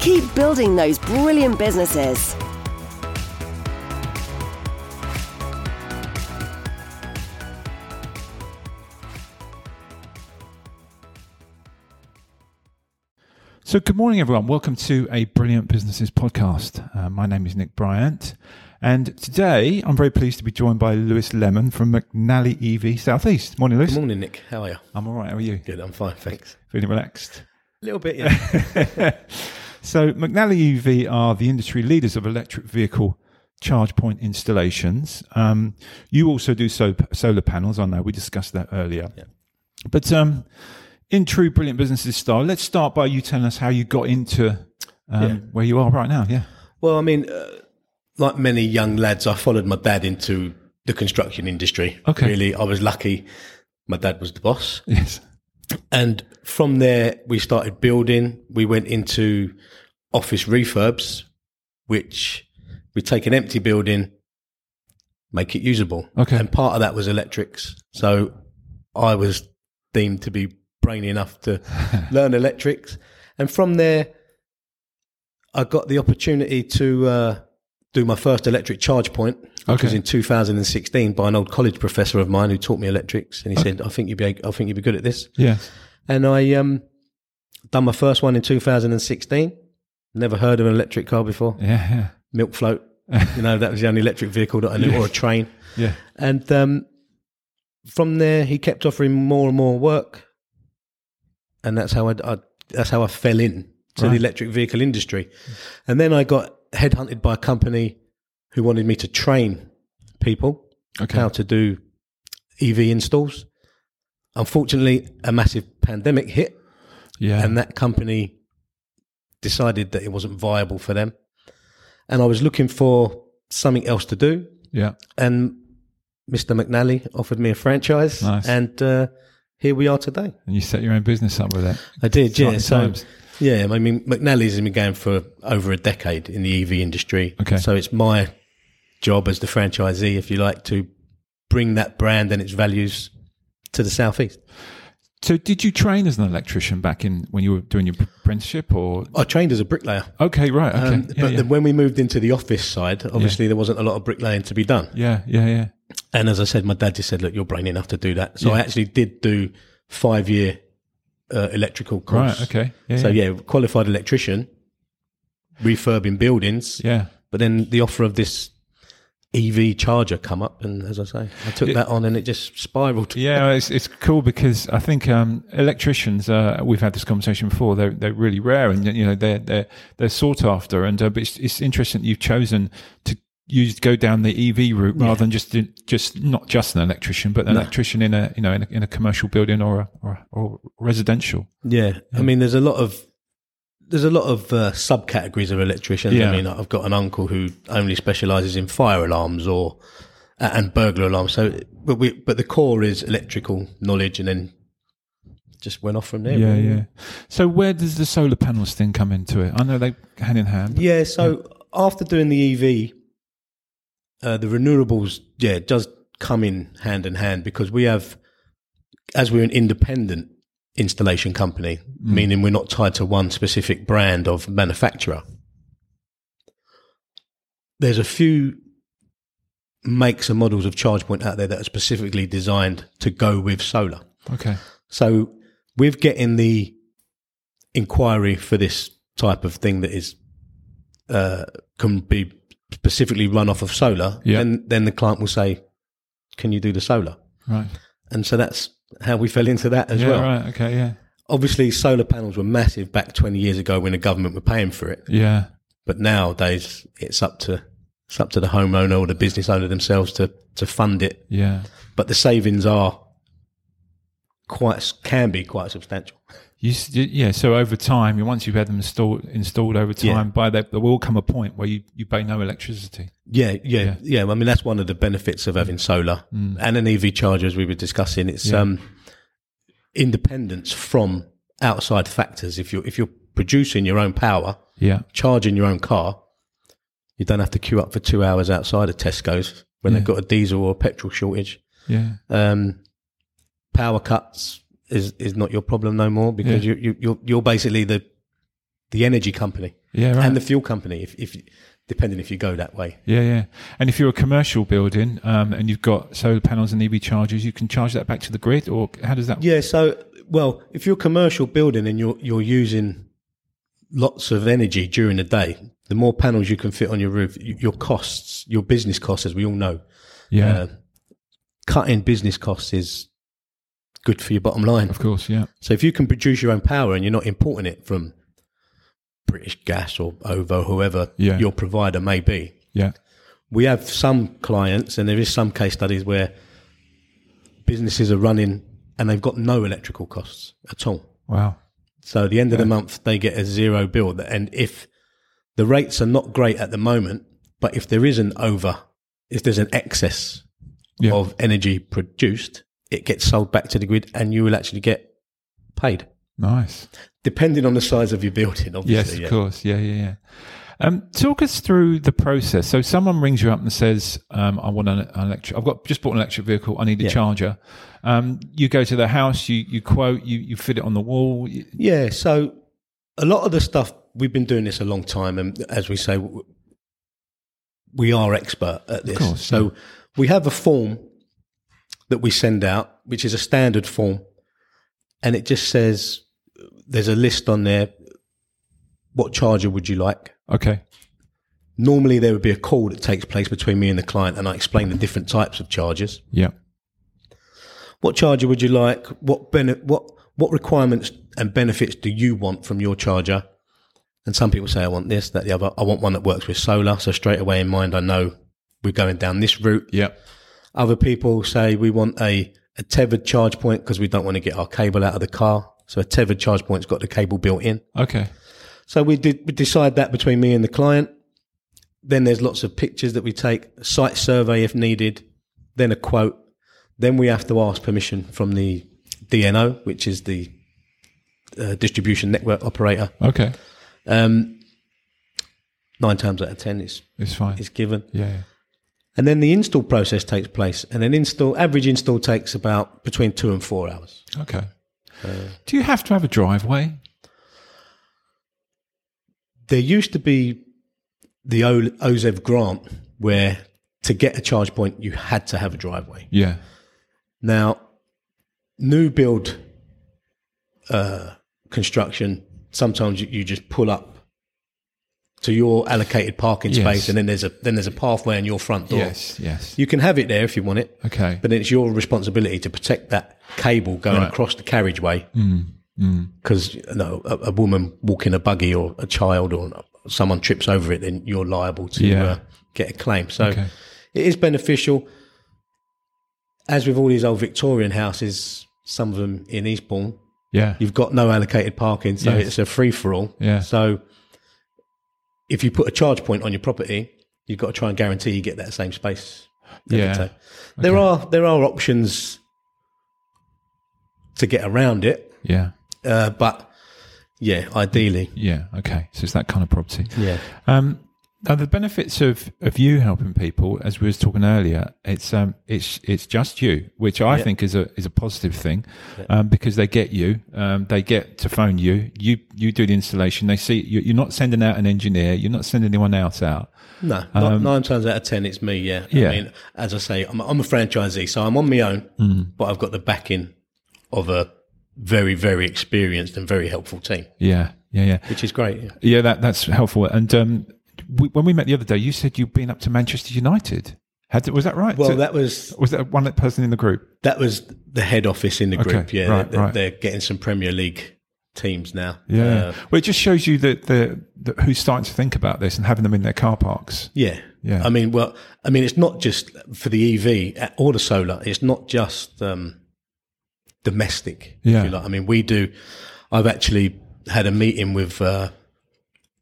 Keep building those brilliant businesses. So, good morning, everyone. Welcome to a Brilliant Businesses podcast. Uh, my name is Nick Bryant, and today I'm very pleased to be joined by Lewis Lemon from McNally EV Southeast. Morning, Lewis. Good morning, Nick. How are you? I'm all right. How are you? Good, I'm fine, thanks. Feeling relaxed. A little bit, yeah. So, McNally EV are the industry leaders of electric vehicle charge point installations. Um, you also do so, solar panels. I know we discussed that earlier. But um, in true Brilliant Businesses style, let's start by you telling us how you got into um, Yeah. where you are right now. Yeah. well, I mean, uh, like many young lads, I followed my dad into the construction industry. Okay. Really, I was lucky. My dad was the boss. Yes. And from there, we started building. We went into office refurbs, which we take an empty building, make it usable. Okay. And part of that was electrics. So I was deemed to be brainy enough to learn electrics. And from there, I got the opportunity to uh, do my first electric charge point, which Okay. was in 2016 by an old college professor of mine who taught me electrics. And he said, I think you'd be, I think you'd be good at this. Yes. And I um done my first one in 2016. Never heard of an electric car before. Yeah. Yeah. Milk float. you know, that was the only electric vehicle that I knew, or a train. Yeah. And um, from there, he kept offering more and more work, and that's how I, I that's how I fell in to Right. the electric vehicle industry. And then I got headhunted by a company who wanted me to train people Okay. how to do EV installs. Unfortunately, a massive pandemic hit, Yeah. and that company decided that it wasn't viable for them. And I was looking for something else to do, yeah. and Mr. McNally offered me a franchise, Nice. and uh, here we are today. And you set your own business up with that. I did, yeah. Exciting times. So, yeah, I mean, McNally's has been going for over a decade in the EV industry. Okay. So it's my job as the franchisee, if you like, to bring that brand and its values to the southeast. So, did you train as an electrician back in when you were doing your apprenticeship, or I trained as a bricklayer, okay, right, okay, um, yeah, but yeah. then when we moved into the office side, obviously there wasn't a lot of bricklaying to be done. yeah, yeah, yeah, And as I said, my dad just said, "Look, you're brainy enough to do that." So Yeah. I actually did do five year uh, electrical course. right, okay, yeah, So yeah, yeah, qualified electrician, refurbing buildings. yeah. But then the offer of this EV charger come up, and as I say, I took that on, and it just spiraled. Yeah, it's it's cool because I think um, electricians. Uh, we've had this conversation before. They're they're really rare, and you know they're they're they're sought after. And uh, but it's, it's interesting that you've chosen to use go down the EV route rather than just just not just an electrician, but an electrician in a you know in a, in a commercial building or a, or, a- or residential. Yeah, I mean, there's a lot of there's a lot of uh, subcategories of electricians. Yeah. I mean, I've got an uncle who only specialises in fire alarms or a- and burglar alarms. So, but we but the core is electrical knowledge, and then just went off from there. Yeah, really. yeah. So where does the solar panels thing come into it? I know they hand in hand. Yeah, so after doing the EV, uh, the renewables, yeah, it does come in hand in hand because we have, as we're an independent installation company, meaning we're not tied to one specific brand of manufacturer. There's a few makes and models of charge point out there that are specifically designed to go with solar. Okay. So with getting the inquiry for this type of thing that is uh, can be specifically run off of solar, Yeah. then then the client will say, "Can you do the solar?" Right. And so that's how we fell into that as Yeah. well. Right. Okay. Yeah. Obviously, solar panels were massive back 20 years ago when the government were paying for it, Yeah. but nowadays it's up to it's up to the homeowner or the business owner themselves to to fund it. Yeah. But the savings are quite can be quite substantial. You, s- y- yeah, so over time, you- once you've had them installed, installed over time, Yeah. by that there will come a point where you, you pay no electricity. Yeah, yeah, yeah. I mean, that's one of the benefits of having solar Mm. and an EV charger, as we were discussing. It's um, independence from outside factors. If you're if you're producing your own power, Yeah, charging your own car, you don't have to queue up for two hours outside of Tesco's when Yeah. they've got a diesel or a petrol shortage. yeah, Um, power cuts is is not your problem no more because you, you you're you're basically the the energy company yeah. Right. and the fuel company. If if depending if you go that way. Yeah, yeah. And if you're a commercial building um, and you've got solar panels and EV chargers, you can charge that back to the grid, or how does that? Yeah, so well, if you're a commercial building and you're you're using lots of energy during the day, the more panels you can fit on your roof, y- your costs, your business costs, as we all know, yeah, uh, cutting business costs is good for your bottom line. of course, yeah, So if you can produce your own power and you're not importing it from British Gas or OVO, whoever Yeah. your provider may be, yeah, we have some clients and there is some case studies where businesses are running and they've got no electrical costs at all. wow, So at the end of the month, they get a zero bill. And if the rates are not great at the moment, but if there is an over, if there's an excess Yeah. of energy produced, it gets sold back to the grid and you will actually get paid. nice. Depending on the size of your building, obviously. Yes, yeah. of course, yeah, yeah, yeah. Um, talk us through the process. So someone rings you up and says, um, "I want an, an electric. I've got just bought an electric vehicle. I need a charger." Um, you go to the house, you you quote, you you fit it on the wall. You- Yeah, so a lot of the stuff we've been doing this a long time, and as we say, w- we are expert at this. course, so we have a form that we send out, which is a standard form, and it just says there's a list on there. What charger would you like? Okay, Normally, there would be a call that takes place between me and the client, and I explain the different types of chargers. yeah, What charger would you like? What bene- what what requirements and benefits do you want from your charger? And some people say I want this, that, the other. I want one that works with solar, so straight away in mind I know we're going down this route. yeah, Other people say we want a, a tethered charge point because we don't want to get our cable out of the car. So a tethered charge point's got the cable built in. okay, So we, did, we decide that between me and the client. Then there's lots of pictures that we take, site survey if needed, then a quote. Then we have to ask permission from the DNO, which is the uh, distribution network operator. okay. Um, nine times out of ten, it's, It's fine. it's given. yeah, yeah, And then the install process takes place. And an install, average install takes about between two and four hours. okay. Uh, Do you have to have a driveway? there used to be the o- OZEV grant where to get a charge point you had to have a driveway. Yeah. Now, new build uh, construction, sometimes you, you just pull up to your allocated parking Yes. space, and then there's a then there's a pathway in your front door. Yes, yes. You can have it there if you want it, Okay. but it's your responsibility to protect that cable going Right. Mm, across the carriageway because you know a, a woman walking a buggy or a child or someone trips over it then you're liable to Yeah. uh, get a claim so Okay. it is beneficial as with all these old victorian houses some of them in eastbourne Yeah. you've got no allocated parking so Yes. it's a free-for-all Yeah. so if you put a charge point on your property you've got to try and guarantee you get that same space every Yeah. time. there are there are options to get around it Yeah. uh, but yeah, ideally, Yeah. Okay. So it's that kind of property. yeah, Um, now the benefits of, of you helping people, as we was talking earlier, it's um, it's it's just you, which I think is a is a positive thing, um, because they get you, um, they get to phone you, you you do the installation, they see you, you're not sending out an engineer, you're not sending anyone else out. no, not- nine times out of ten, it's me. Yeah, Um, Yeah. I mean, as I say, I'm, I'm a franchisee, so I'm on my own, Hmm. but I've got the backing of a very, very experienced and very helpful team, Yeah. Yeah. Yeah. which is great. Yeah. Yeah. That that's helpful. And um, we, when we met the other day, you said you'd been up to Manchester United. Had, was that right? Well, So- that was was that one person in the group? that was the head office in the Okay, group. Yeah, right, they're, right. they're getting some Premier League teams now. Yeah. Uh, well, it just shows you that the, the who's starting to think about this and having them in their car parks. Yeah. Yeah. I mean, well, I mean, it's not just for the EV or the solar. It's not just um, domestic. if Yeah. you like. I mean, we do. I've actually had a meeting with uh,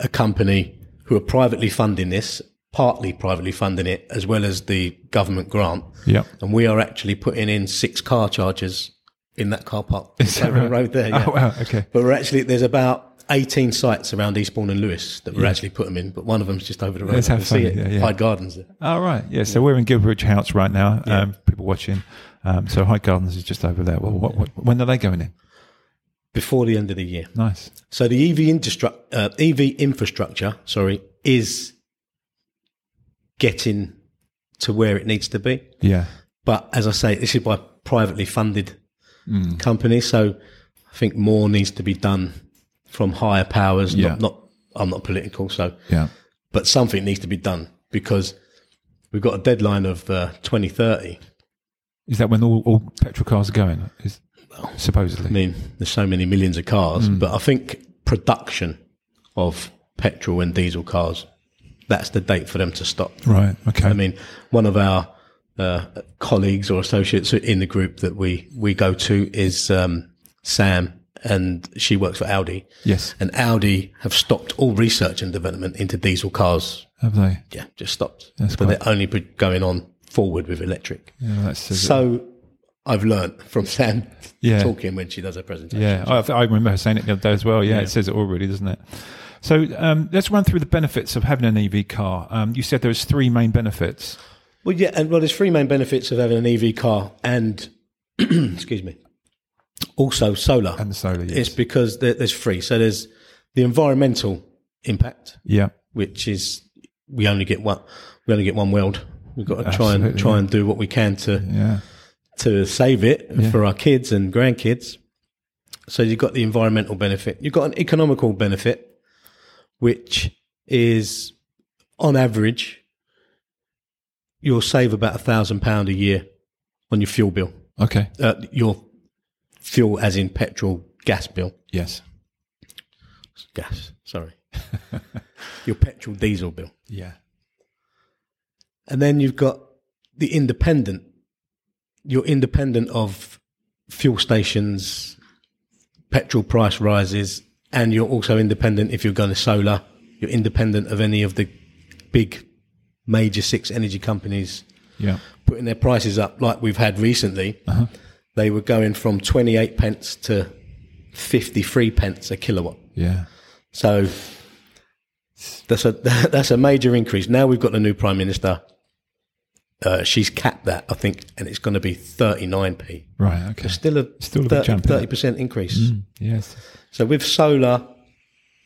a company who are privately funding this, partly privately funding it, as well as the government grant. Yeah. And we are actually putting in six car chargers in that car park over the road there. yeah. Oh wow. Okay. But we're actually there's about 18 sites around Eastbourne and Lewis that we're actually putting them in. But one of them's just over the road. Let's You have can fun, see it. yeah, yeah. Hyde Gardens. There. All right. Yeah. So we're in Gilbridge House right now. Um, people watching. Um, so Hyde Gardens is just over there. Well, what, what, when are they going in? Before the end of the year. Nice. So the EV infrastructure, uh, EV infrastructure, sorry, is getting to where it needs to be. Yeah. But as I say, this is by privately funded Hmm. companies, so I think more needs to be done from higher powers. Yeah. Not, not I'm not political, so Yeah. but something needs to be done because we've got a deadline of uh, 2030. Is that when all, all petrol cars are going? Is, supposedly. I mean, there's so many millions of cars, Hmm. but I think production of petrol and diesel cars that's the date for them to stop. Right. Okay. I mean, one of our uh, colleagues or associates in the group that we, we go to is um, Sam, and she works for Audi. yes. And Audi have stopped all research and development into diesel cars. Have they? Yeah, just stopped. That's but quite- they're only pro- going on forward with electric. Yeah. That's So I've learnt from Sam Yeah. talking when she does her presentation. Yeah, I, I remember her saying it the other day as well. Yeah, it says it all really, doesn't it? So um, let's run through the benefits of having an EV car. Um, you said there was three main benefits. Well, yeah, and well, there's three main benefits of having an EV car, and excuse me, also solar And solar, yes. It's because there, there's three. So there's the environmental impact, Yeah, which is we only get one. We only get one world. We've got to try and Absolutely, try and do what we can to yeah, to save it for our kids and grandkids. So you've got the environmental benefit. You've got an economical benefit, which is on average, you'll save about a thousand pound a year on your fuel bill. okay, Uh, your fuel, as in petrol, gas bill, yes, gas. Sorry, your petrol diesel bill. yeah, And then you've got the independent. You're independent of fuel stations, petrol price rises, and you're also independent if you're going to solar. You're independent of any of the big major six energy companies yeah, putting their prices up like we've had recently. They were going from 28 pence to 53 pence a kilowatt. yeah, So that's a that's a major increase. Now we've got the new prime minister. Uh, she's capped that, I think, and it's going to be 39p. right, okay, Still a Still a big Mm. jump, isn't it? 30, percent increase. yes, So with solar,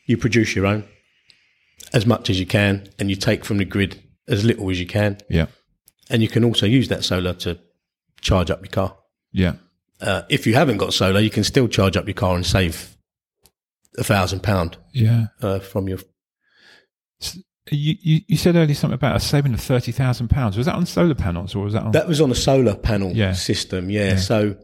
you produce your own as much as you can, and you take from the grid as little as you can, yeah, and you can also use that solar to charge up your car. yeah, Uh, if you haven't got solar, you can still charge up your car and save a thousand pound yeah. uh, from your You, you you said earlier something about a saving of thirty thousand pounds. Was that on solar panels or was that on? That was on a solar panel Yeah. system, yeah. So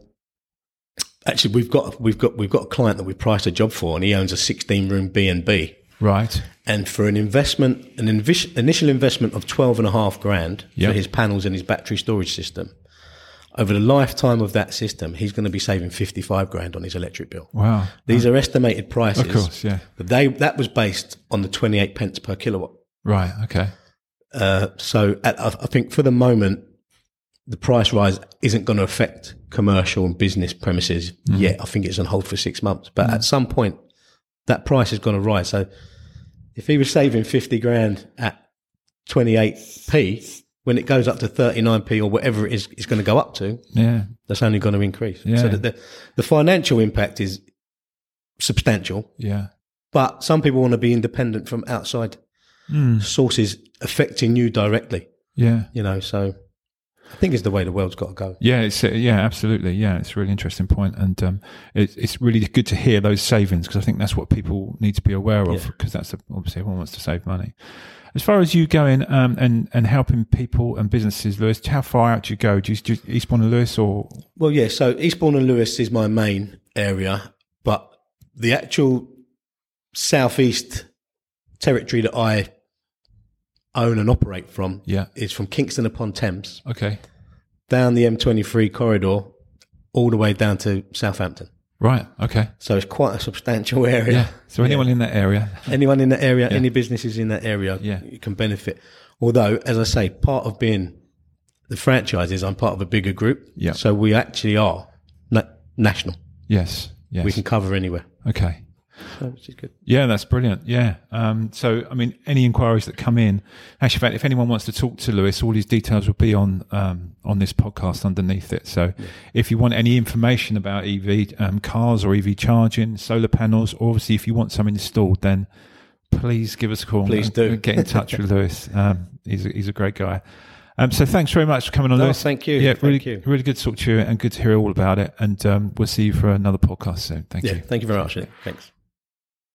actually, we've got we've got we've got a client that we priced a job for, and he owns a sixteen room B and B. right, And for an investment, an invis- initial investment of twelve and a half grand Yeah. for his panels and his battery storage system, over the lifetime of that system, he's going to be saving fifty five grand on his electric bill. wow, These are estimated prices, of course, yeah, But they that was based on the twenty eight pence per kilowatt. right, okay, Uh, so at, I I think for the moment, the price rise isn't going to affect commercial and business premises yet. I think it's on hold for six months, but at some point, that price is going to rise. So if he was saving 50 grand at 28p, when it goes up to 39p or whatever it is, it's going to go up to, yeah, that's only going to increase. Yeah. So that the, the financial impact is substantial, yeah, but some people want to be independent from outside sources affecting you directly yeah. you know so i think it's the way the world's got to go Yeah, it's uh, yeah, absolutely. Yeah, it's a really interesting point, and um, it's it's really good to hear those savings because I think that's what people need to be aware of because that's the- obviously everyone wants to save money. As far as you going um, and and helping people and businesses, Lewis, how far out do you go? Do you do Eastbourne and Lewis or well yeah so eastbourne and lewis is my main area but the actual southeast territory that i own and operate from Yeah. is from kingston upon thames okay, down the m23 corridor all the way down to southampton Right. Okay. So it's quite a substantial area. Yeah. So anyone in that area, Anyone in that area, any businesses in that area Yeah. you can benefit. Although, as I say, part of being the franchise is I'm part of a bigger group. Yeah. So we actually are na- national. yes. Yes. We can cover anywhere. okay. So, which is good. Yeah, that's brilliant. Yeah. Um, so, I mean, any inquiries that come in, actually, in fact, if anyone wants to talk to Lewis, all his details will be on um, on this podcast underneath it. So, if you want any information about EV um, cars or EV charging, solar panels, or obviously if you want some installed, then please give us a call. Please and, do. and get in touch with Lewis. Um, he's a, he's a great guy. Um, so, thanks very much for coming on, No, Lewis. thank you. Yeah, Thank really, you. really good to talk to you, and good to hear all about it. And um, we'll see you for another podcast soon. Thank Yeah. you. Thank you very much. Nick. Thanks.